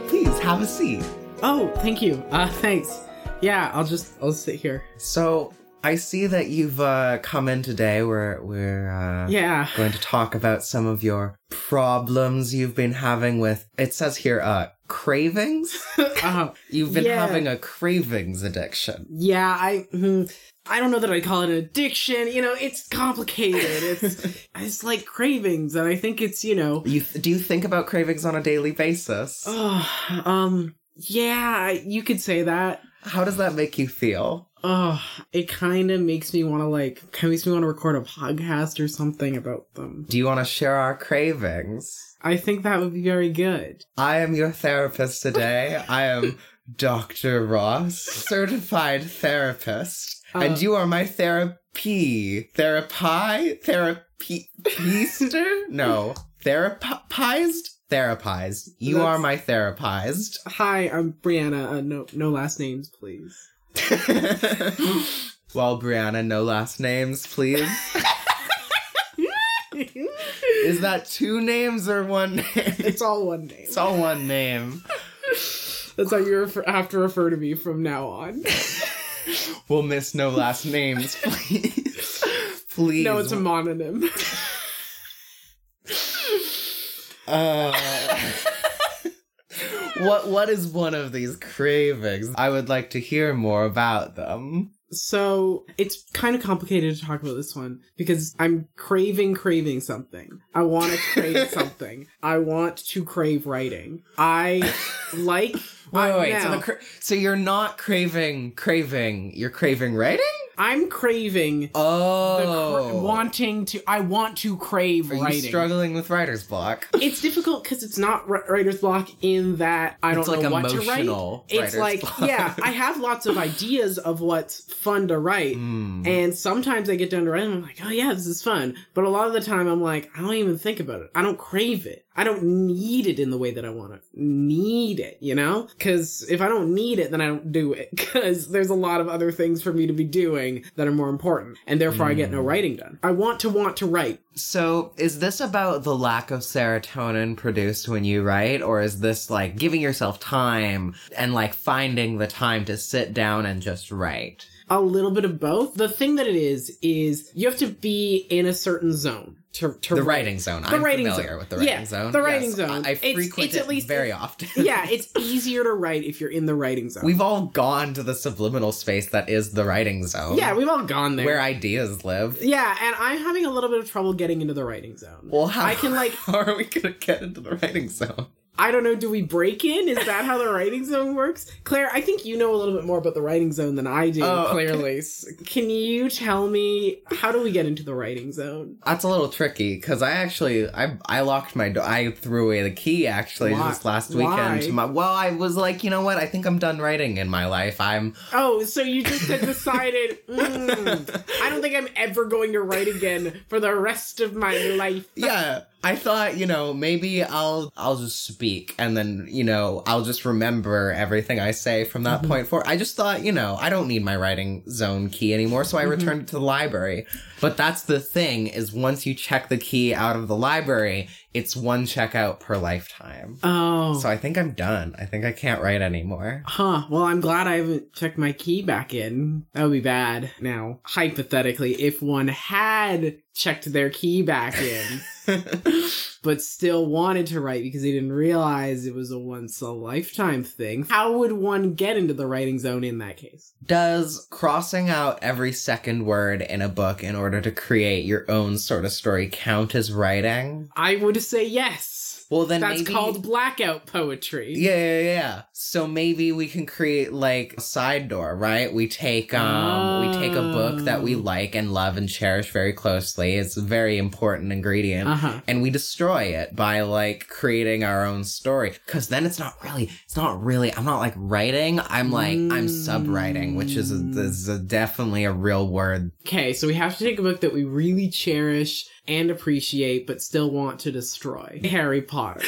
to see. Oh, thank you. Uh, thanks. Yeah, I'll just I'll sit here. So I see that you've uh, come in today. We're we're uh, Yeah. going to talk about some of your problems you've been having with. It says here, uh, cravings. Uh, You've been Yeah. having a cravings addiction. yeah, I mm, I don't know that I call it an addiction. You know, it's complicated. It's it's like cravings, and I think it's you know, You do you think about cravings on a daily basis? oh, um, yeah, I- you could say that. How does that make you feel? Oh, it kind of makes me want to like, kind of makes me want to record a podcast or something about them. Do you want to share our cravings? I think that would be very good. I am your therapist today. I am Dr. Ross, certified therapist. and Uh, you are my therapy. Therapy? Therapy? Easter? no. Therapized? Therapized. You That's- are my therapized. Hi, I'm Brianna. Uh, no, no last names, please. well, Brianna, no last names, please. Is that two names or one name? it's all one name. It's all one name. That's how you refer- have to refer to me from now on. We'll miss no last names, please. please. No, it's a mononym. Uh, what what is one of these cravings? I would like to hear more about them. So it's kind of complicated to talk about this one because I'm craving, craving something. I want to crave something. I want to crave writing. I like. Wait, I- wait. So, now, the cra- so you're not craving craving. You're craving writing. I'm craving. the Oh, cra- wanting to. I want to crave are you writing. struggling with writer's block? it's difficult because it's not wri- writer's block in that I don't It's know like what to write. emotional writer's It's like block. yeah, I have lots of ideas of what's fun to write, Hmm. and sometimes I get down to writing. I'm like, oh yeah, this is fun. But a lot of the time, I'm like, I don't even think about it. I don't crave it. I don't need it in the way that I want to need it. You know, because if I don't need it, then I don't do it. Because there's a lot of other things for me to be doing that are more important, and therefore I get Mm. no writing done. I want to want to write. So, is this about the lack of serotonin produced when you write, or is this like giving yourself time and like finding the time to sit down and just write? a little bit of both. The thing that it is is you have to be in a certain zone to to The write. writing zone. The I'm writing familiar zone. with the Yeah, writing zone. the writing Yes, zone. I, I It's- frequent it's at it least- very often. yeah, it's easier to write if you're in the writing zone. We've all gone to the subliminal space that is the writing zone. yeah, we've all gone there. where ideas live. yeah, and I'm having a little bit of trouble getting into the writing zone. Well, how I can like how are we gonna get into the writing zone? I don't know. Do we break in? Is that how the writing zone works, Claire? I think you know a little bit more about the writing zone than I do. Oh, okay. clearly, S- can you tell me how do we get into the writing zone? That's a little tricky because I actually I I locked my door. I threw away the key actually Why- just last why? weekend. to My, well, I was like, you know what? I think I'm done writing in my life. I'm Oh, so you just had decided, mm, I don't think I'm ever going to write again for the rest of my life. yeah. I thought you know maybe I'll I'll just speak and then you know I'll just remember everything I say from that Mm-hmm. point forward. I just thought you know I don't need my writing zone key anymore, so I Mm-hmm. returned it to the library. But that's the thing is once you check the key out of the library, it's one checkout per lifetime. Oh. So I think I'm done. I think I can't write anymore. Huh. Well, I'm glad I haven't checked my key back in. That would be bad. Now, hypothetically, if one had checked their key back in, but still wanted to write because they didn't realize it was a once a lifetime thing, how would one get into the writing zone in that case? Does crossing out every second word in a book in order to create your own sort of story count as writing? I would say yes. Well, then That's maybe- called blackout poetry. Yeah, yeah, yeah. So maybe we can create like a side door, right? We take um we take a book that we Oh. like and love and cherish very closely. It's a very important ingredient. Uh huh. and we destroy it by like creating our own story because then it's not really it's not really i'm not like writing i'm like i'm subwriting which is, a, is a, definitely a real word Okay, so we have to take a book that we really cherish and appreciate, but still want to destroy Harry Potter.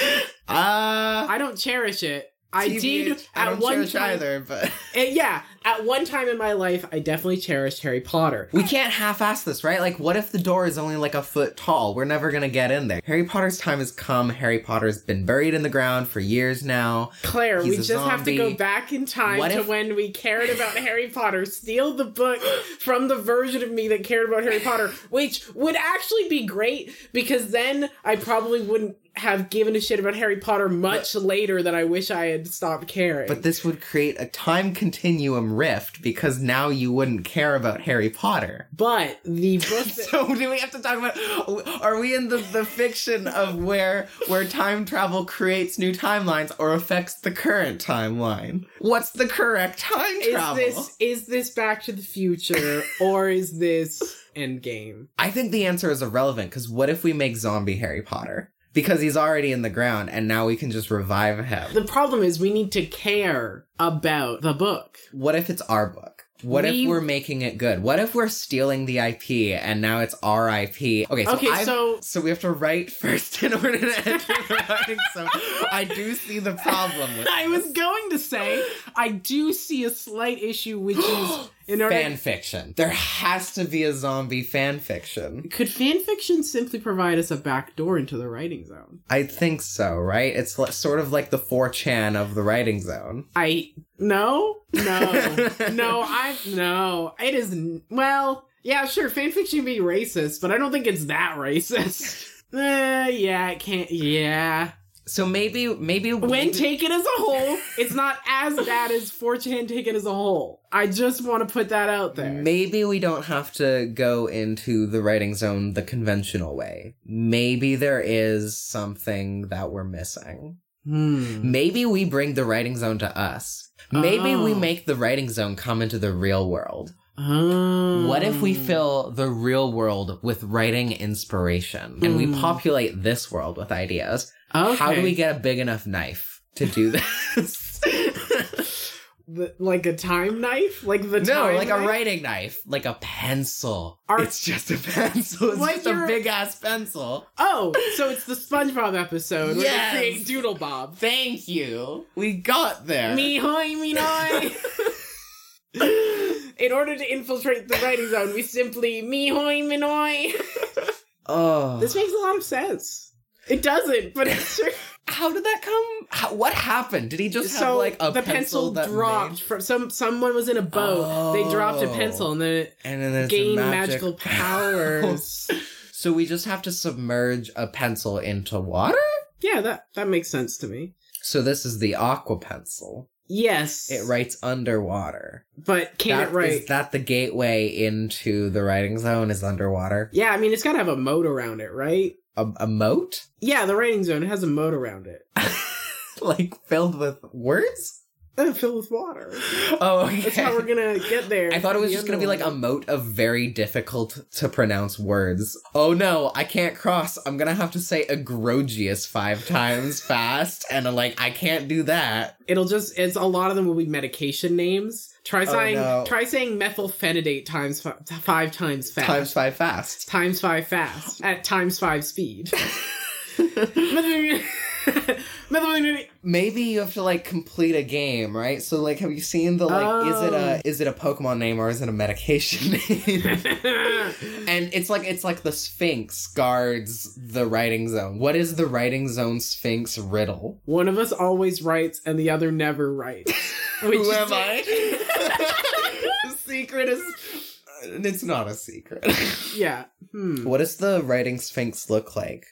uh I don't cherish it. I did TBH, at I don't one cherish time. either, but eh, yeah, at one time in my life, I definitely cherished Harry Potter. we can't half-ass this, right? Like, what if the door is only like a foot tall? We're never gonna get in there. Harry Potter's time has come. Harry Potter's been buried in the ground for years now. Claire, we He's a just have to go zombie. back in time What to if- when we cared about Harry Potter, steal the book from the version of me that cared about Harry Potter, which would actually be great because then I probably wouldn't have given a shit about Harry Potter much later than I wish I had stopped caring. But this would create a time continuum rift because now you wouldn't care about Harry Potter. But the book that- So do we have to talk about are we in the, the fiction of where where time travel creates new timelines or affects the current timeline? What's the correct time is travel? this is this Back to the Future or is this Endgame? I think the answer is irrelevant because what if we make zombie Harry Potter? Because he's already in the ground and now we can just revive him. The problem is we need to care about the book. What if it's our book? What We- if we're making it good? What if we're stealing the IP and now it's our IP? Okay, so, okay, I've- so So we have to write first in order to enter the writing. So I do see the problem with I was this. going to say I do see a slight issue, which is in order. fan fiction. There has to be a zombie fan fiction. could fanfiction simply provide us a backdoor into the writing zone? I think so, right? It's li- sort of like the 4chan of the writing zone. I no no no I no it is n- well yeah sure fanfiction can be racist but I don't think it's that racist. Uh, yeah, it can't. Yeah, So maybe maybe when taken as a whole, it's not as bad as 4chan taken as a whole. I just want to put that out there. Maybe we don't have to go into the writing zone the conventional way. Maybe there is something that we're missing. Hmm. Maybe we bring the writing zone to us. Maybe we Oh. make the writing zone come into the real world. Oh. What if we fill the real world with writing inspiration and we Mm. populate this world with ideas? Okay. How do we get a big enough knife to do this? the, like a time knife? Like the no, time like a knife? writing knife, like a pencil. Are- it's just a pencil. It's Like just a you're- big ass pencil. Oh, so it's the SpongeBob episode where Yes. they create Doodle Bob. Thank you. We got there. Me hoy, me noi. In order to infiltrate the writing zone, we simply me hoy, me noi. Oh, This makes a lot of sense. It doesn't, but it's true. how did that come? How, what happened? Did he just have so like a the pencil, pencil, that dropped made- from some someone was in a boat. They dropped a Oh. pencil and then it and then Oh. it's a gained magic- magical powers. So we just have to submerge a pencil into water. yeah, that that makes sense to me. So this is the aqua pencil. Yes, It writes underwater. but can That- it write? Is that the gateway into the writing zone? Is underwater Yeah, I mean, it's got to have a moat around it, right? a, a moat? Yeah, the writing zone it has a moat around it. like filled with words? Then filled with water. Oh, okay. That's how we're gonna get there. I thought it was just gonna be like a moat of very difficult to pronounce words. Oh no, I can't cross. I'm gonna have to say egregious five times fast, and I'm like, I can't do that. It'll just. It's a lot of them will be medication names. Try Oh, saying. no. Try saying methylphenidate times fi- t- five times fast. Times five fast. Times five fast at times five speed. Methylphenidate. methylphenidate- Maybe you have to like complete a game, right? So like, have you seen the like? Is it a is it a Pokemon name or is it a medication name? and it's like it's like the Sphinx guards the writing zone. What is the writing zone Sphinx riddle? One of us always writes and the other never writes. Which Who is- am I? the secret is. uh, It's not a secret. Yeah. Hmm. what does the writing sphinx look like?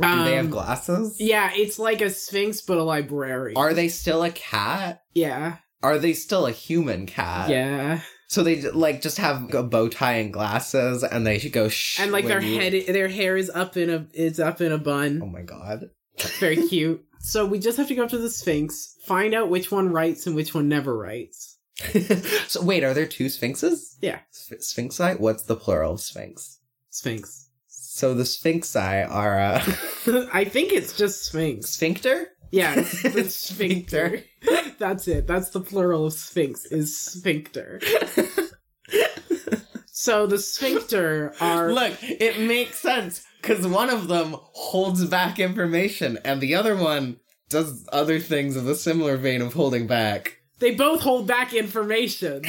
Do they have Um, glasses? Yeah, it's like a sphinx but a librarian. Are they still a cat? yeah, Are they Uh, still a human cat? yeah, So they like just have a bow tie and glasses, and they should go shh. and like when their you- head, their hair is up in a is up in a Oh bun. my god. It's Very cute. So we just have to go up to the sphinx, find out which one writes and which one never writes. so wait, are there two sphinxes? Yeah. Sph- Sphinxi. What's the plural of sphinx? Sphinx. So the sphinxi are a I think it's just sphinx. sphincter. Yeah, it's the sphincter. Sphincter. That's it. That's the plural of sphinx is sphincter. so the sphincter are Look, it makes sense because one of them holds back information and the other one does other things of a similar vein of holding back. They both hold back information.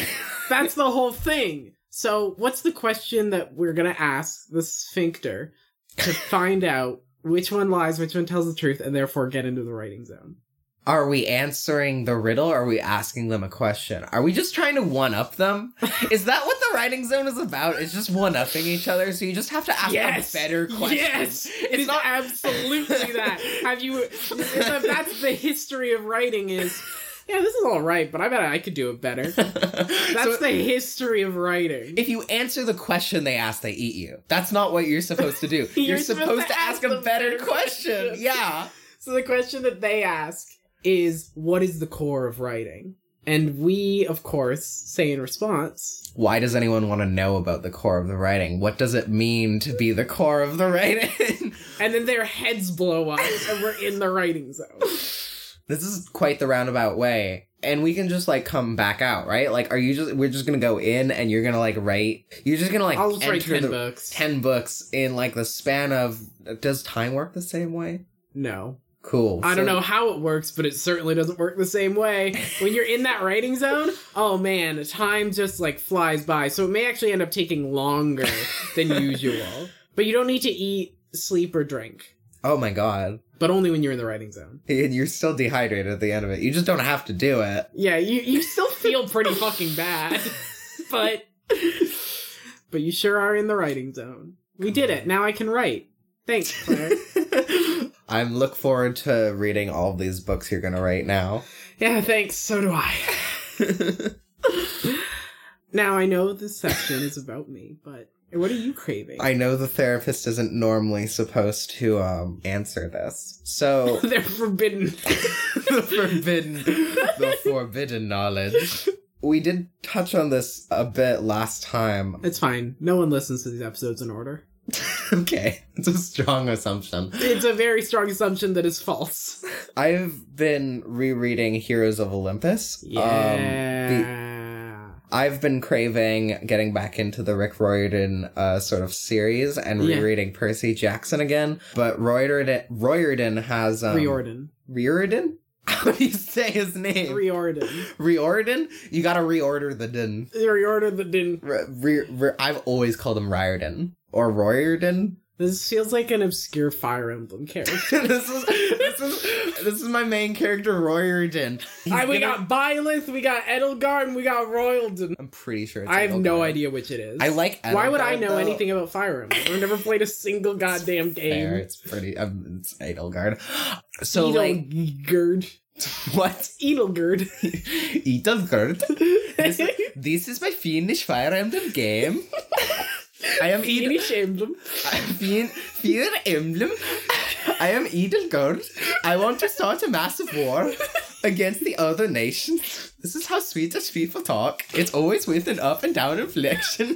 That's the whole thing. So, what's the question that we're going to ask the sphincter to find out which one lies, which one tells the truth, and therefore get into the writing zone? Are we answering the riddle? Or are we asking them a question? Are we just trying to one up them? is that what the writing zone is about? It's just one upping each other. So you just have to ask Yes. them better questions. Yes, it's not absolutely that. Have you? if That's the history of writing. Is yeah, this is all right, but I bet I could do it better. That's So the history of writing. if you answer the question they ask, they eat you. That's not what you're supposed to do. you're, supposed, to ask, a them better better question. questions. yeah. So the question that they ask is, "What is the core of writing?" And we, of course, say in response, Why does anyone want to know about the core of the writing? What does it mean to be the core of the writing? and then their heads blow up, and we're in the writing zone. this is quite the roundabout way. And we can just like come back out, right? Like, are you just, we're just gonna go in and you're gonna like write, you're just gonna like I'll just write enter ten the- books. 10 books in like the span of, does time work the same way? No, Cool. I don't So- know how it works, but it certainly doesn't work the same way. When you're in that writing zone, oh man, time just like flies by. So it may actually end up taking longer than usual. But you don't need to eat, sleep, or drink. Oh my god. But only when you're in the writing zone. And you're still dehydrated at the end of it. You just don't have to do it. Yeah, you, you still feel pretty fucking bad. But But you sure are in the writing zone. We did it. Now I can write. Thanks, Claire. I'm look forward to reading all of these books you're gonna write now. yeah, thanks. So do I. Now I know this section is about me, but what are you craving? I know the therapist isn't normally supposed to um, answer this, so They're forbidden. the forbidden, the forbidden knowledge. We did touch on this a bit last time. It's fine. No one listens to these episodes in order. okay, it's a strong assumption. It's a very strong assumption that is Um, false. I've been rereading Heroes of Olympus. um, Yeah. I've been craving getting back into the Rick Riordan uh, sort of series and Yeah. rereading Percy Jackson again. But Riordan, Riordan has um, Riordan. Riordan. How do you say his name? Riordan. Riordan. You gotta reorder the din. Riordan that didn't. R- re- re- I've always called him Riordan or Riordan. This feels like an obscure Fire Emblem character. this is this is this is my main character Riordan. He's Ah, we gonna- got Byleth, we got Edelgard, and we got Royaldon. I'm pretty sure. It's I have no Edelgard. idea which it is. I like. Why would I Edelgard, know though. anything about Fire Emblem? I've never played a single goddamn Fair, game. It's pretty. Um, it's Edelgard. So like Edelgard. what? Edelgard. Edelgard. This is, this is my Finnish Fire Emblem game. I am Edel. Finnish Emblem. Fin- Fire Emblem. I am Edelgard. I want to start a massive war against the other nations. This is how Swedish people talk. It's always with an up and down inflection.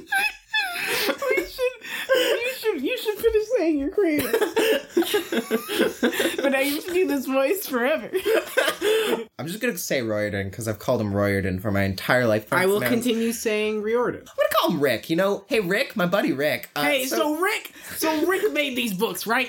we should, you should, you should finish saying you're crazy. but I used to do this voice forever. I'm just gonna say Royarden because I've called him Royarden for my entire life. I will Man, continue saying Riordan. I'm gonna call him Rick. You know, hey Rick, my buddy Rick. Uh, Hey, so, Rick, so Rick made these books, right?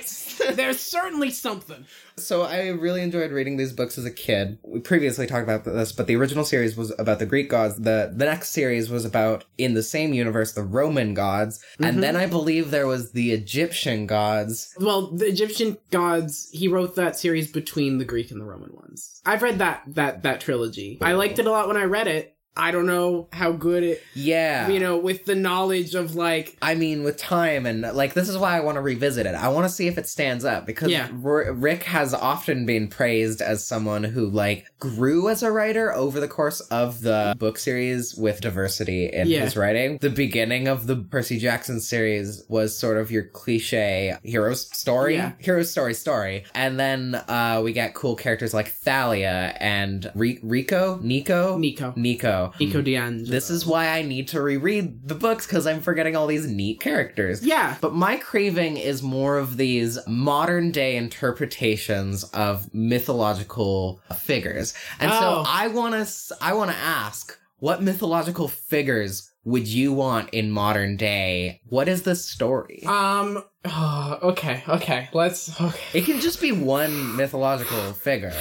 There's certainly something. So I really enjoyed reading these books as a kid. We previously talked about this, but the original series was about the Greek gods. The the next series was about in the same universe the Roman gods, and then I believe there was the Egyptian gods. Well, the Egyptian gods. He wrote that series between the Greek and the Roman ones. I've read that that that trilogy. I liked it a lot when I read it. I don't know how good it, Yeah. you know, with the knowledge of like I mean, with time and like, this is why I want to revisit it. I want to see if it stands up because Yeah. R- Rick has often been praised as someone who like grew as a writer over the course of the book series with diversity in Yeah. his writing. The beginning of the Percy Jackson series was sort of your cliche hero s- story, Yeah. hero story story, and then uh, we get cool characters like Thalia and Ri- Rico, Nico, Nico, Nico. Nico D'Angelo. Mm-hmm. This is why I need to reread the books because I'm forgetting all these neat characters. yeah. But my craving is more of these modern day interpretations of mythological figures. And so Oh. I want to I want to ask what mythological figures would you want in modern day? What is the story? Um. ah, okay. Okay. Let's. Okay. it can just be one mythological figure.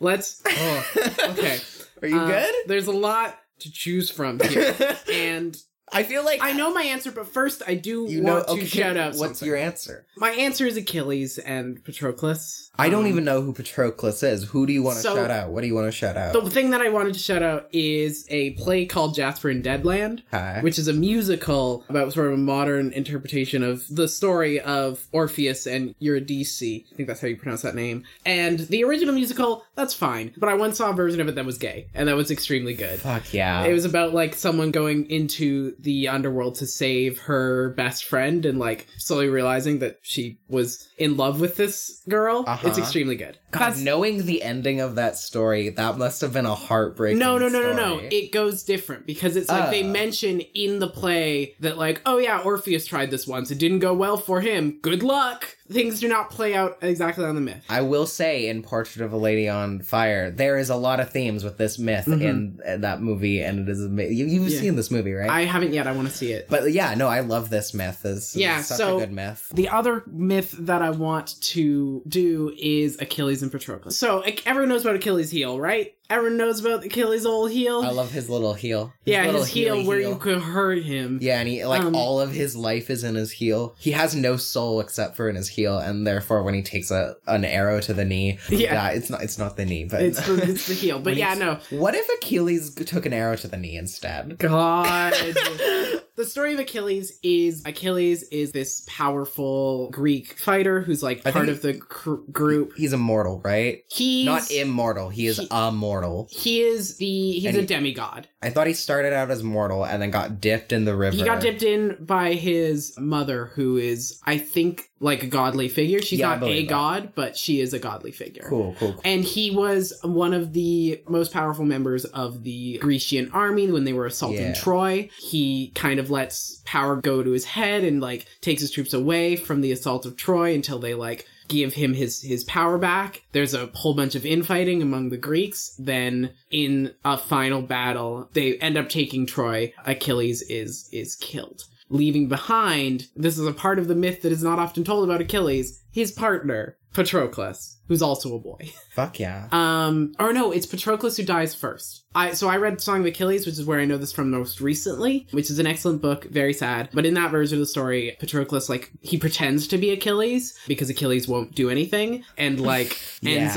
Let's. oh, okay. Are you Uh, There's a lot to choose from here, good? and I feel like I know my answer, but first I do you know. want to okay, shout out. what's something. your answer? My answer is Achilles and Patroclus. I don't Um, even know who Patroclus is. Who do you want to so- shout out? What do you want to shout out? The thing that I wanted to shout out is a play called Jasper and Deadland, Hi. which is a musical about sort of a modern interpretation of the story of Orpheus and Eurydice. I think that's how you pronounce that name. And the original musical, that's fine, but I once saw a version of it that was gay, and that was extremely good. Fuck yeah. It was about like someone going into the underworld to save her best friend and like slowly realizing that she was in love with this girl. Uh-huh. It's extremely good. God, That's- knowing the ending of that story, that must have been a heartbreaking. no, no, no, no, no. story. It goes different because it's like they Oh. mention in the play that like, oh yeah, Orpheus tried this once. It didn't go well for him. Good luck. Things do not play out exactly on the myth. I will say, in Portrait of a Lady on Fire, there is a lot of themes with this myth in, in that movie, and it is amazing. You, you've Mm-hmm. Yeah. seen this movie, right? I haven't yet. I want to see it. but yeah, no, I love this myth. This Yeah, is such so- a good myth. The other myth that I want to do is Achilles and Patroclus. So ac- everyone knows about Achilles' heel, right? Everyone knows about Achilles' old heel. I love his little heel. yeah, little his heel heely where you could hurt him. Yeah, and he like Um, all of his life is in his heel. He has no soul except for in his heel, and therefore, when he takes a an arrow to the knee, Yeah. that- it's not it's not the knee, but It's the, it's the heel. But When yeah, he's- no. What if Achilles g- took an arrow to the knee instead? God. the story of Achilles is Achilles is this powerful Greek fighter who's like I part think- of the cr- group. He's immortal, right? He's Not immortal. He is he- immortal. He is the he's And a he- demigod. I thought he started out as mortal and then got dipped in the river. He got dipped in by his mother, who is, I think, like a godly figure. She's Yeah, I not a believe that. god, but she is a godly figure. Cool, cool. cool. And he was one of the most powerful members of the Grecian army when they were assaulting Yeah. Troy. He kind of lets power go to his head and like takes his troops away from the assault of Troy until they like give him his his power back. There's a whole bunch of infighting among the Greeks. Then in a final battle, they end up taking Troy. Achilles is is killed. Leaving behind, this is a part of the myth that is not often told about Achilles, his partner, Patroclus, who's also a boy. Fuck yeah. Um, or no, it's Patroclus who dies first. I so I read Song of Achilles, which is where I know this from most recently, which is an excellent book, very sad. But in that version of the story, Patroclus like he pretends to be Achilles because Achilles won't do anything, and like ends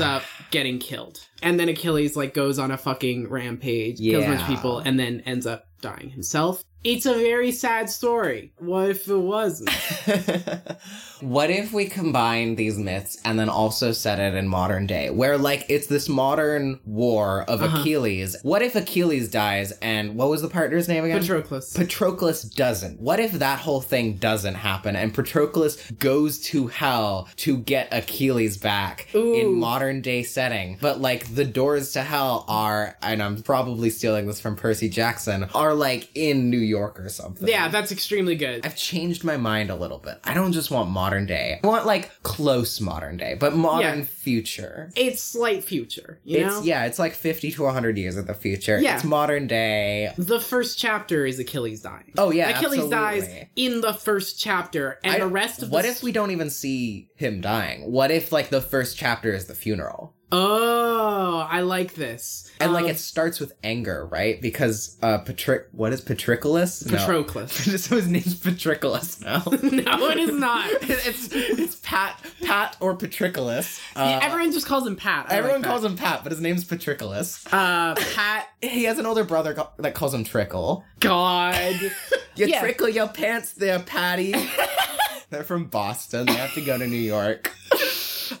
Yeah. up getting killed. And then Achilles like goes on a fucking rampage, kills a bunch of Yeah. people, and then ends up dying himself. It's a very sad story. What if it wasn't? what if we combine these myths and then also set it in modern day, where like it's this modern war of Uh-huh. Achilles? What if Achilles dies and what was the partner's name again? Patroclus. Patroclus doesn't. What if that whole thing doesn't happen and Patroclus goes to hell to get Achilles back Ooh. in modern day setting? But like the doors to hell are, and I'm probably stealing this from Percy Jackson, are like in New York or something. yeah, that's extremely good. I've changed my mind a little bit. I don't just want modern day. I want like close modern day, but modern Yeah. future. It's slight future, you It's know. yeah, it's like 50 to 100 years in the future. Yeah. It's modern day. the first chapter is Achilles dying. Oh yeah, Achilles dies absolutely. in the first chapter, and I- the rest of What the if we don't even see him dying? What if like the first chapter is the funeral? Oh, I like this. And Um, like it starts with anger, right? Because uh Patric what is Patriclus? No. Patroclus. so his name's Patriclus now. No, it is not. it's it's Pat Pat or Patriclus. Uh, Everyone just calls him Pat. everyone calls him Pat, but his name's Patriclus. uh, Pat. He has an older brother ca- that calls him Trickle. God. You Yeah. trickle your pants there, Patty. They're from Boston. They have to go to New York.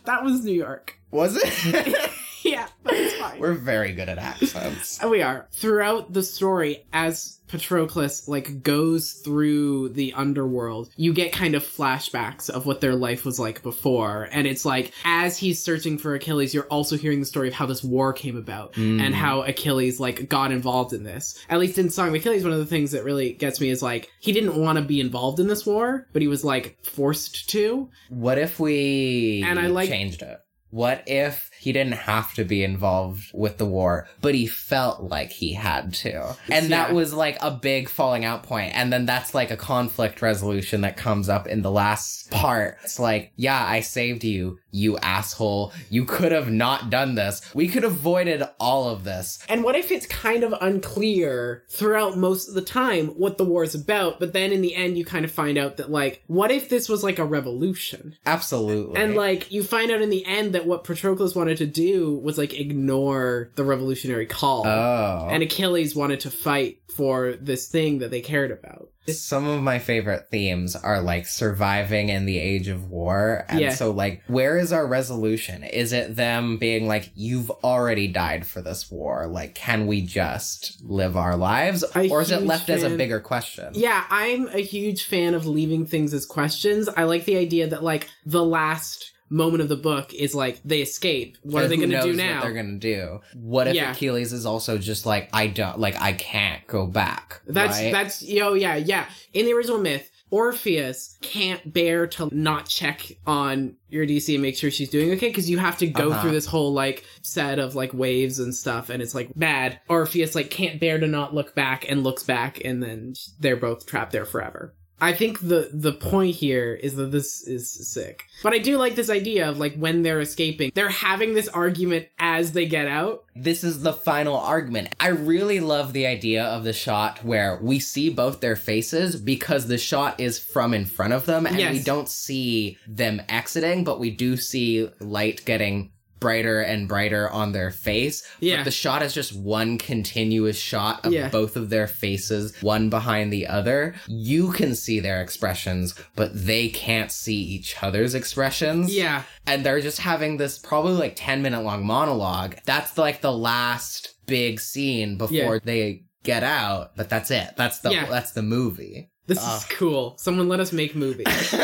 that was New York. Was it? Yeah, that's fine. We're very good at accents. Oh, We are. Throughout the story, as Patroclus like goes through the underworld, you get kind of flashbacks of what their life was like before. And it's like as he's searching for Achilles, you're also hearing the story of how this war came about and how Achilles like got involved in this. At least in Song of Achilles, one of the things that really gets me is like he didn't want to be involved in this war, but he was like forced to. What if we And I like- changed it? What if he didn't have to be involved with the war, but he felt like he had to? And that Yeah. was like a big falling out point. And then that's like a conflict resolution that comes up in the last part. It's like, yeah, I saved you, you asshole. You could have not done this. We could have avoided all of this. And what if it's kind of unclear throughout most of the time what the war's about, but then in the end you kind of find out that like, what if this was like a revolution? Absolutely. And like you find out in the end that what Patroclus wanted to do was like ignore the revolutionary call. oh. And Achilles wanted to fight for this thing that they cared about. some of my favorite themes are like surviving in the age of war. And Yeah. so, like, where is our resolution? Is it them being like, you've already died for this war? Like, can we just live our lives? A or is it huge left as a fan- bigger question? Yeah, I'm a huge fan of leaving things as questions. I like the idea that like the last moment of the book is like they escape. What are And they who going to knows do What now? they're gonna do. What if Yeah. Achilles is also just like I don't like I can't go back. That's right? that's yo yeah yeah. In the original myth, Orpheus can't bear to not check on Eurydice and make sure she's doing okay because you have to go Uh-huh. through this whole like set of like waves and stuff, and it's like bad. Orpheus like can't bear to not look back and looks back, and then they're both trapped there forever. I think the the point here is that this is sick. But I do like this idea of like when they're escaping, they're having this argument as they get out. this is the final argument. I really love the idea of the shot where we see both their faces because the shot is from in front of them and Yes. we don't see them exiting, but we do see light getting brighter and brighter on their face. Yeah. But the shot is just one continuous shot of Yeah. both of their faces, one behind the other. You can see their expressions, but they can't see each other's expressions Yeah. and they're just having this probably like 10 minute long monologue. That's like the last big scene before Yeah. they get out, but that's it. That's the Yeah. that's the movie. This Ah. is cool. Someone let us make movies.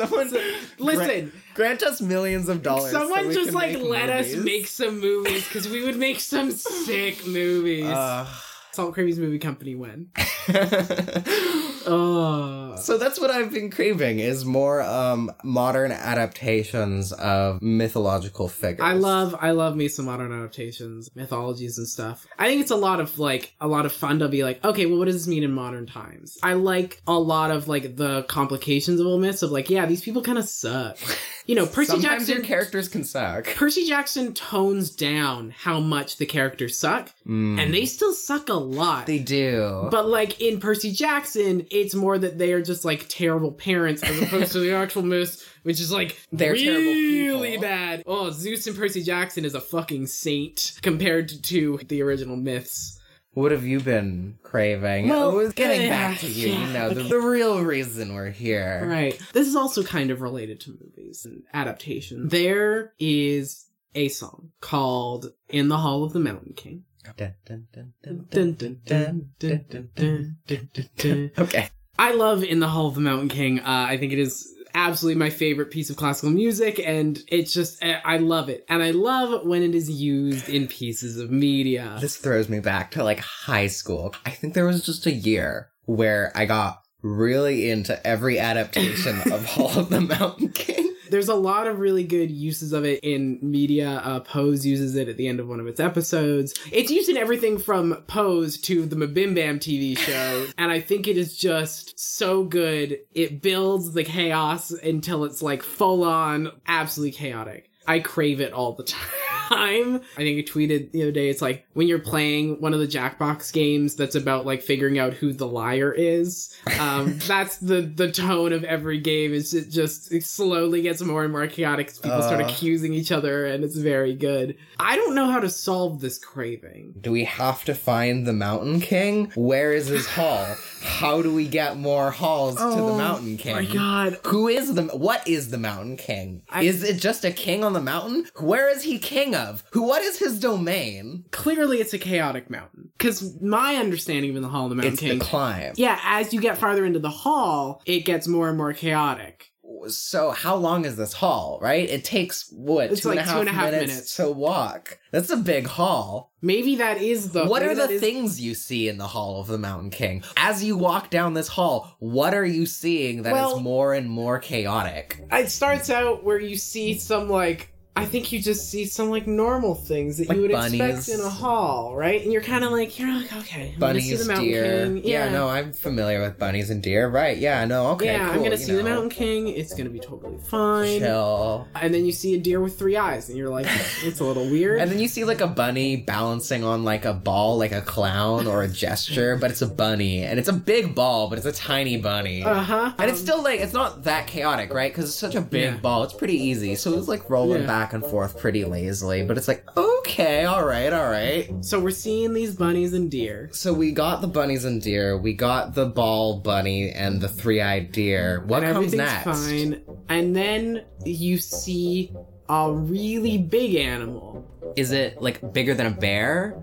Someone grant, Listen, grant us millions of dollars. so someone we just can like make let us movies. make some movies because we would make some sick movies. Ugh. Salt Cravy's movie company when. Oh, so that's what I've been craving is more um modern adaptations of mythological figures. I love I love me some modern adaptations, mythologies and stuff. I think it's a lot of like a lot of fun to be like, okay, well, what does this mean in modern times? I like a lot of like the complications of Ole Miss of like, yeah, these people kind of suck. You know, Percy Sometimes Jackson your characters can suck. Percy Jackson tones down how much the characters suck, Mm. and they still suck a lot. they do. But like in Percy Jackson, it's more that they are just like terrible parents as opposed to the actual myth, which is like They're terrible really people. bad. Oh, Zeus and Percy Jackson is a fucking saint compared to the original myths. What have you been craving? Well, Well, was getting yeah, back to you, yeah, you know, the, okay. the real reason we're here. Right. This is also kind of related to movies and adaptation. There is a song called In the Hall of the Mountain King. Dun, dun, dun, dun, dun, Dun, dun, dun, dun, dun, dun, dun, dun, dun. Okay. I love In the Hall of the Mountain King. Uh, I think it is absolutely my favorite piece of classical music, and it's just, I I love it. And I love when it is used in pieces of media. This throws me back to like high school. I think there was just a year where I got really into every adaptation of Hall of the Mountain King. There's a lot of really good uses of it in media. Uh, Pose uses it at the end of one of its episodes. It's used in everything from Pose to the Mabim Bam TV show, and I think it is just so good. It builds the chaos until it's like full on, absolutely chaotic. I crave it all the time. I think I tweeted the other day, it's like when you're playing one of the Jackbox games that's about like figuring out who the liar is. Um, that's the the tone of every game. Is it just it slowly gets more and more chaotic. 'cause People start Uh. accusing each other, and it's very good. I don't know how to solve this craving. Do we have to find the Mountain King? Where is his hall? How do we get more halls to the Mountain King? Oh My God, Who is the what is the mountain king? I- is it just a king on the mountain? Where is he king of? Who what is his domain? clearly it's a chaotic mountain. Because my understanding of in the Hall of the Mountain It's King. the climb. yeah, as you get farther into the hall, it gets more and more chaotic. So how long is this hall, right? It takes what, It's two and a like half two and a half minutes, minutes. to walk. That's a big hall. Maybe that is the. what maybe are the that is- things you see in the hall of the mountain king? As you walk down this hall, what are you seeing that is Well- more and more chaotic? It starts out where you see some like I think you just see some like normal things that Like you would bunnies. expect in a hall, right? And you're kind of like, you're like, okay, I'm gonna see bunnies, the Mountain deer. King. Yeah. no, I'm familiar with bunnies and deer. Right? Yeah, no, okay. yeah, I'm cool, you gonna see the know. Mountain King. It's gonna be totally fine. Chill. And then you see a deer with three eyes, and you're like, it's a little weird. And then you see like a bunny balancing on like a ball, like a clown or a gesture, but it's a bunny, and it's a big ball, but it's a tiny bunny. uh huh. and it's still like it's not that chaotic, right? Because it's such a big Yeah. ball. It's pretty easy, so it's like rolling Yeah. back and forth pretty lazily. But it's like okay, all right, all right. so we're seeing these bunnies and deer. So we got the bunnies and deer. We got the ball bunny and the three-eyed deer. What and comes everything's next? fine. And then you see a really big animal. Is it like bigger than a bear?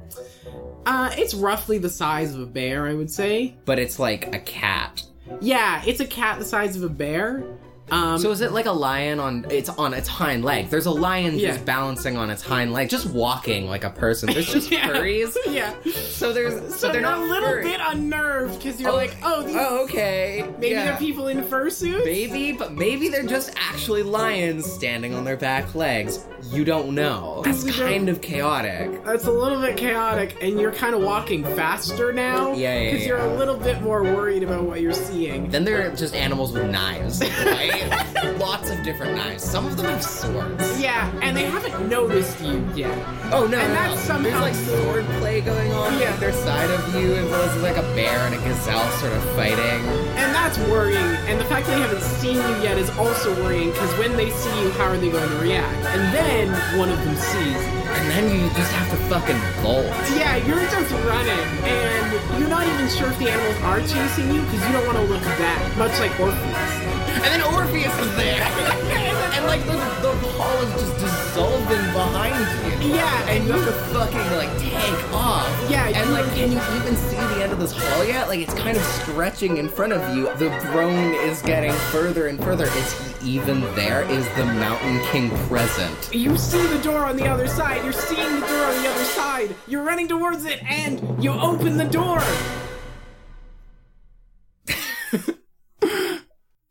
Uh, it's roughly the size of a bear, I would say. But it's like a cat. Yeah, it's a cat the size of a bear. Um, So is it like a lion on it's on its hind leg? There's a lion Yeah. just balancing on its hind leg, just walking like a person. There's just Yeah. furries. yeah. So there's so, So, they're you're not a little furry. bit unnerved because you're Oh, like, oh, these, Oh, okay. maybe Yeah. they're people in fursuits. Maybe, but maybe they're just actually lions standing on their back legs. You don't know. That's We don't- kind of chaotic. That's a little bit chaotic, and you're kind of walking faster now. Yeah, yeah, Because yeah. you're a little bit more worried about what you're seeing. Then they're just animals with knives, right? Lots of different knives. Some of them have swords. Yeah, and they haven't noticed you yet. Oh no! no, And that's no. somehow- there's like sword play going on Yeah. yeah. either side of you, as well as like a bear and a gazelle sort of fighting. And that's worrying. And the fact that they haven't seen you yet is also worrying, because when they see you, how are they going to react? And then one of them sees. you. And then you just have to fucking bolt. Yeah, you're just running, and you're not even sure if the animals are chasing you, because you don't want to look back, much like Orpheus. And then Orpheus is there, and like the, the hall is just dissolving behind you. Yeah, And you have to fucking like take off. Yeah, And you- like, can you even see the end of this hall yet? Like, it's kind of stretching in front of you. The throne is getting further and further. Is he even there? Is the Mountain King present? You see the door on the other side. You're seeing the door on the other side. You're running towards it, and you open the door.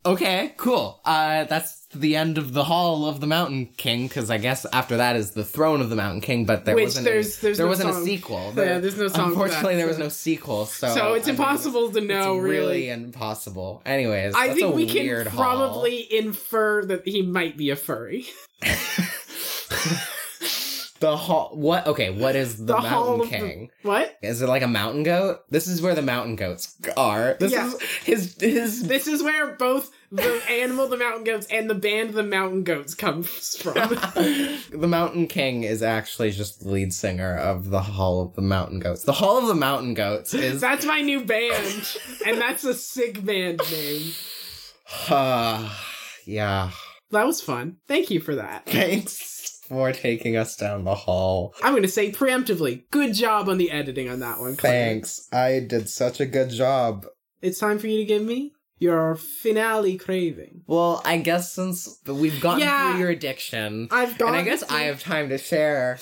Okay, cool. Uh, that's the end of the Hall of the Mountain King, because I guess after that is the Throne of the Mountain King. But there Which wasn't there's- there's there no wasn't song. a sequel. Yeah, there's no song for that, Unfortunately, there was so- no sequel, so So it's I mean, impossible to know, Oh, it's really. impossible. Anyways, I that's think a we can weird hall. probably infer that he might be a furry. the hall. What? Okay, what is the, The Mountain Hall of the- King? What? Is it like a mountain goat? This is where the mountain goats are. This Yeah. is his his This is where both the animal, the mountain goats, and the band, the mountain goats, comes from. the Mountain King is actually just the lead singer of the Hall of the Mountain Goats. The Hall of the Mountain Goats is that's my new band, and that's a sick band name. uh, yeah. That was fun. Thank you for that. Thanks for taking us down the hall. I'm going to say preemptively, good job on the editing on that one. Claire. Thanks. I did such a good job. It's time for you to give me your finale craving. Well, I guess since we've gotten Yeah. through your addiction, I've got. and I guess I have time to share.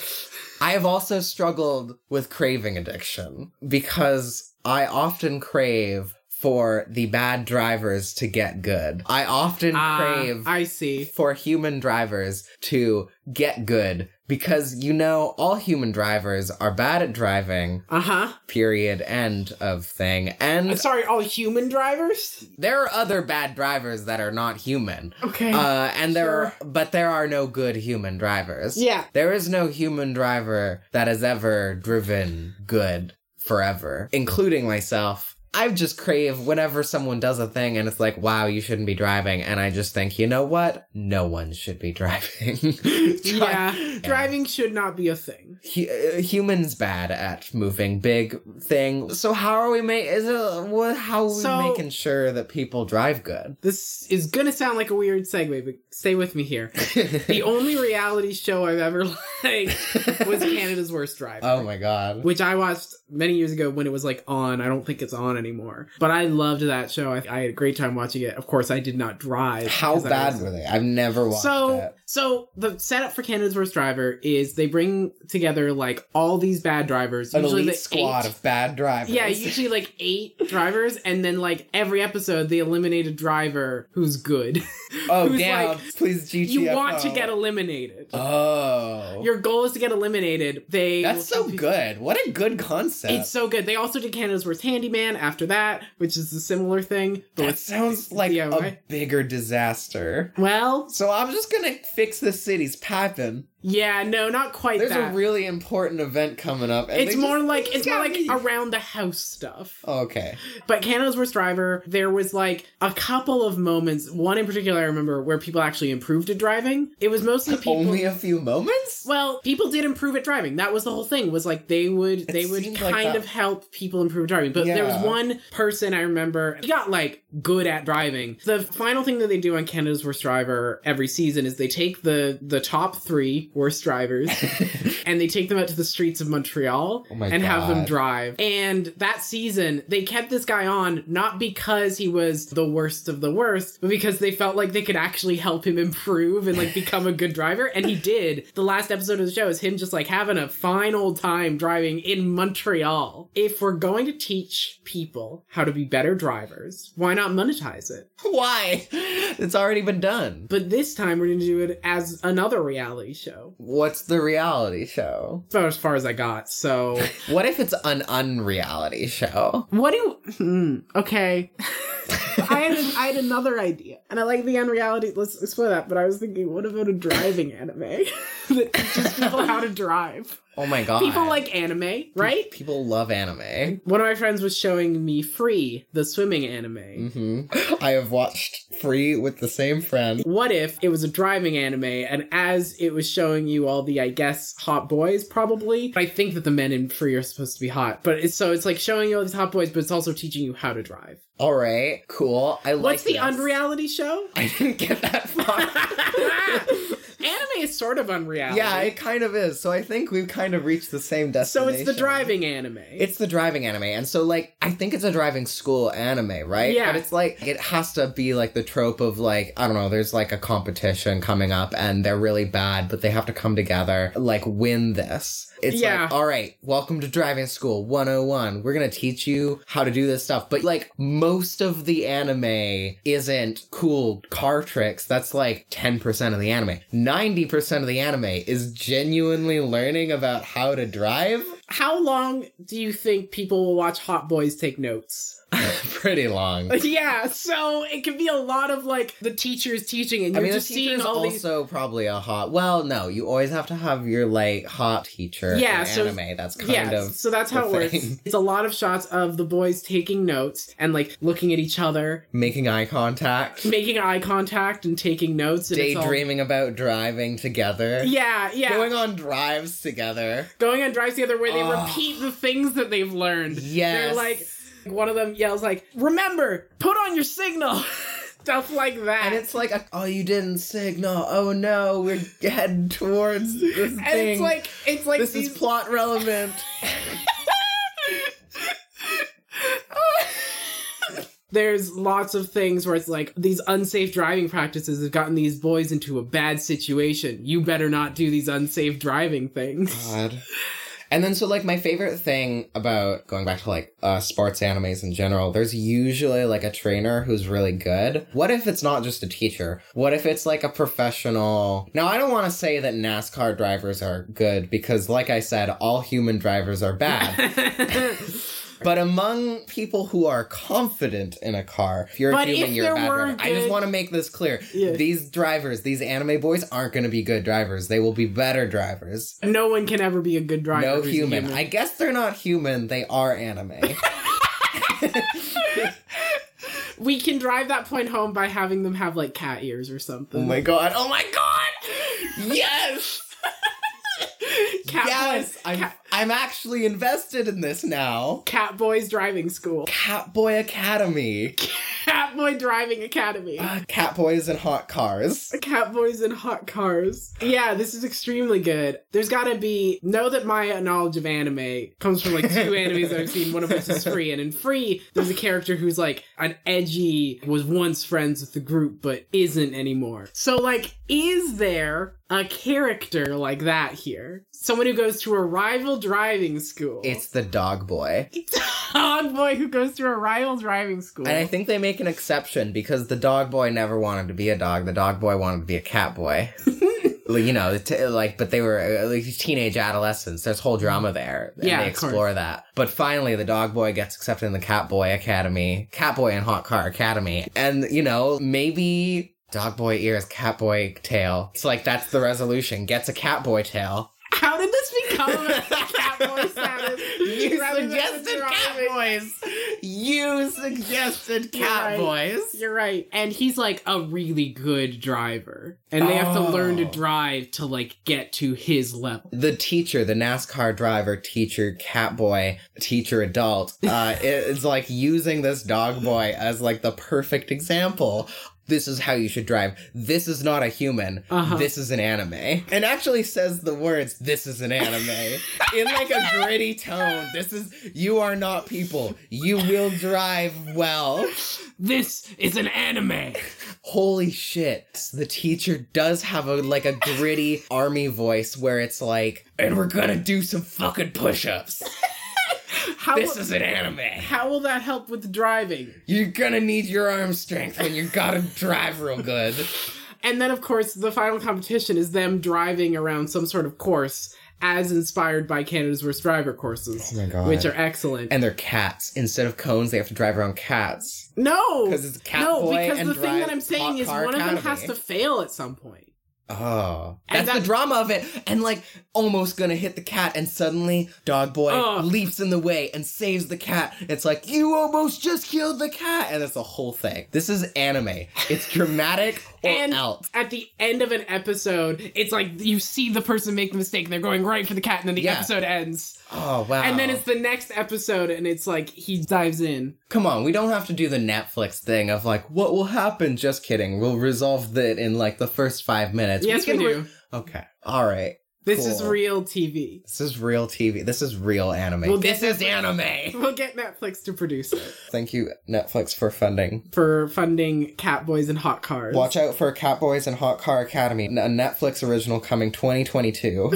I have also struggled with craving addiction because I often crave for the bad drivers to get good. I often Ah, crave I see. for human drivers to get good because you know all human drivers are bad at driving. Uh huh. Period. End of thing. And Sorry, all human drivers. there are other bad drivers that are not human. Okay. Uh, and there, are, but there are no good human drivers. yeah. There is no human driver that has ever driven good forever, including myself. I just crave whenever someone does a thing and it's like, wow, you shouldn't be driving. And I just think, you know what? No one should be driving. Dri- yeah. Driving should not be a thing. Hu- uh, humans bad at moving big thing. So how are we make? Is it what? How are we So- making sure that people drive good? This is gonna sound like a weird segue, but stay with me here. The only reality show I've ever liked was Canada's Worst Driver. oh my god! Which I watched many years ago when it was like on. I don't think it's on anymore. But I loved that show. I, I had a great time watching it. Of course, I did not drive. How because I bad was- were they? I've never watched so it. so the setup for Canada's Worst Driver is they bring together like all these bad drivers, An usually elite the squad eight- of bad drivers. yeah, usually like eight drivers, and then like every episode they eliminate a driver who's good. oh who's damn! like, please, GTFO. you want to get eliminated. Oh, Your goal is to get eliminated. They that's so good. What a good concept. It's so good. They also did Canada's Worst Handyman after that, which is a similar thing. But that with- sounds like Yeah, a right? bigger disaster. well, So I'm just gonna fix the city's piping. yeah, no, not quite There's that. a really important event coming up. And it's they more just- like it's more gotta like be- around the house stuff. okay. But Canada's Worst Driver, there was like a couple of moments. One in particular, I remember where people actually improved at driving. It was mostly people. Only a few moments. well, people did improve at driving. That was the whole thing. Was like they would they would seemed kind like that. of help people improve driving. But there was Yeah. one person I remember he got like good at driving. The final thing that they do on Canada's Worst Driver every season is they take the the top three worst drivers and they take them out to the streets of Montreal Oh my and have them God. drive. And that season, they kept this guy on not because he was the worst of the worst, but because they felt like they could actually help him improve and like become a good driver. And he did. The last episode of the show is him just like having a fine old time driving in Montreal. If we're going to teach people how to be better drivers, why not monetize it? Why? It's already been done. But this time we're going to do it as another reality show. What's the reality show? About as far as I got. So. What if it's an unreality show? What do? Hmm, okay. I had I had another idea, and I like the unreality. Let's explore that. But I was thinking, what about a driving anime that teaches people how to drive? Oh my god. People like anime, right? people love anime. One of my friends was showing me Free, the swimming anime. hmm I have watched Free with the same friend. What if it was a driving anime, and as it was showing you all the, I guess, hot boys, probably. I think that the men in Free are supposed to be hot, but it's, so it's like showing you all these hot boys, but it's also teaching you how to drive. All right, cool. I like What's the this. unreality show? I didn't get that far. Anime is sort of unreality. yeah, it kind of is. So I think we've kind of reached the same so destination. it's the driving anime. It's the driving anime. And so, like, I think it's a driving school anime, right? Yeah. But it's like, it has to be like the trope of, like, I don't know, there's like a competition coming up and they're really bad, but they have to come together, like, win this. It's Yeah. like, all right, welcome to driving school 101. We're going to teach you how to do this stuff. But, like, most of the anime isn't cool car tricks. That's like 10% of the anime. 90% of the anime is genuinely learning about how to drive. How long do you think people will watch Hot Boys take notes? Pretty long. yeah, so it can be a lot of like the teachers teaching, and I you're mean, the just seeing teacher's all these. also probably a hot. Well, no, you always have to have your like hot teacher. Yeah, in so- anime. That's kind Yeah, of so that's how it the works. thing. It's a lot of shots of the boys taking notes and like looking at each other, making eye contact, making eye contact, and taking notes. And it's all- daydreaming about driving together, Yeah, yeah. going on drives together. going on drives together where they Ugh. repeat the things that they've learned. They're Yes. like, one of them yells like, "Remember, put on your signal," stuff like that. And it's like, a, oh, you didn't signal. Oh no, we're heading towards this And thing. it's like it's like this these. is plot relevant. There's lots of things where it's like these unsafe driving practices have gotten these boys into a bad situation. You better not do these unsafe driving things. God. And then, so like my favorite thing about going back to like uh, sports animes in general, there's usually like a trainer who's really good. What if it's not just a teacher? What if it's like a professional? Now, I don't want to say that NASCAR drivers are good because, like I said, all human drivers are bad. but among people who are confident in a car, if you're But assuming if you're there a bad were driver, I just good- want to make this clear: Yeah. these drivers, these anime boys, aren't going to be good drivers. They will be better drivers. no one can ever be a good driver. No who's a human. I guess they're not human. They are anime. we can drive that point home by having them have like cat ears or something. god. Oh my god. Yes. cat yes. boys, I'm, cat, I'm actually invested in this now. cat boys driving school. Catboy Academy. Cat Catboy Driving Academy. Ah, Cat boys and hot cars. Catboys in hot cars. Yeah, this is extremely good. There's gotta be know that my knowledge of anime comes from like two animes that I've seen, one of which is Free, and in Free, there's a character who's like an edgy, was once friends with the group but isn't anymore. So like, is there a character like that here? Someone who goes to a rival driving school. It's the dog boy. Hog boy who goes to a rival driving school. And I think they make an exception because the dog boy never wanted to be a dog. The dog boy wanted to be a cat boy. Like, you know, t- like, but they were uh, like teenage adolescents. There's whole drama there. And Mm. Yeah, they of course. explore that. But finally, the dog boy gets accepted in the cat boy academy, cat boy and hot car academy. And, you know, maybe dog boy ears, cat boy tail. It's like that's the resolution. Gets a cat boy tail. How did this become a Catboy status? You rather than suggested driving? cat boys. You suggested You're cat right. boys. You're right. And he's like a really good driver. And they have to Oh. learn to drive to like get to his level. the teacher, the NASCAR driver, teacher, catboy, teacher, adult, uh, is like using this dog boy as like the perfect example. This is how you should drive. This is not a human. Uh-huh. This is an anime. And actually says the words, this is an anime, in like a gritty tone. This is, you are not people. You will drive well. This is an anime. Holy shit. The teacher does have a like a gritty army voice where it's like, and we're gonna do some fucking push ups. How This will- is an anime. how will that help with driving? You're gonna need your arm strength when you gotta drive real good. And then, of course, the final competition is them driving around some sort of course as inspired by Canada's Worst Driver courses, Oh my god. which are excellent. and they're cats. Instead of cones, they have to drive around cats. no! Because it's cat no, boy because and the thing drive that I'm saying Hot is Car one of them has to Academy. fail at some point. Oh. And That's that- the drama of it. And like almost gonna hit the cat, and suddenly Dog Boy Ugh. leaps in the way and saves the cat. It's like, you almost just killed the cat. And it's the whole thing. This is anime. It's dramatic or And- else. at the end of an episode, it's like you see the person make the mistake, they're going right for the cat, and then the Yeah. episode ends. Oh wow. And then it's the next episode, and it's like he dives in. Come on, we don't have to do the Netflix thing of like, what will happen? Just kidding. We'll resolve that in like the first five minutes. yes, we can do. re- okay. All right. this is cool. real TV. This is real TV. This is real anime. We'll get this is Netflix. anime. We'll get Netflix to produce it Thank you, Netflix, for funding. for funding Catboys and Hot Cars. Watch out for Catboys and Hot Car Academy, a Netflix original coming 2022.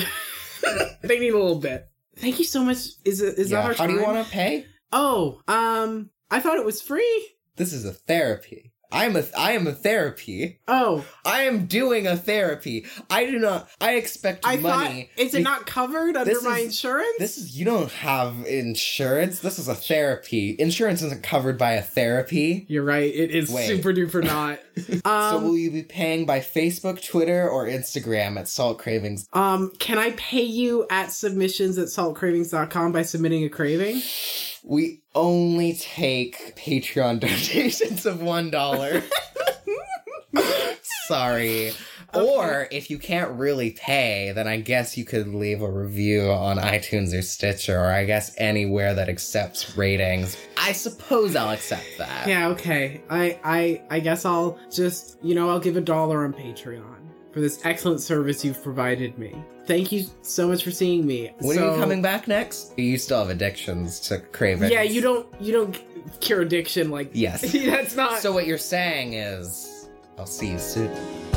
They need a little bit. Thank you so much. Is it, is Yeah, that our How time? do you want to pay? Oh, um, I thought it was free. This is a therapy. I'm a I am a therapy. Oh, I am doing a therapy. I do not. I expect I money. thought is it be- not covered under This my is- insurance? This is you don't have insurance. This is a therapy. Insurance isn't covered by a therapy. You're right. It is Wait. super duper not. so Um, will you be paying by Facebook, Twitter, or Instagram at Salt Cravings? Um, can I pay you at submissions at saltcravings.com by submitting a craving? We only take Patreon donations of one dollar. Sorry. Or if you can't really pay, then I guess you could leave a review on iTunes or Stitcher, or I guess anywhere that accepts ratings. I suppose I'll accept that. Yeah, okay. I I I guess I'll just you know, I'll give a dollar on Patreon for this excellent service you've provided me. Thank you so much for seeing me. When are So- you coming back next? You still have addictions to cravings. Yeah, you don't you don't cure addiction like Yes. that's not So what you're saying is, I'll see you soon.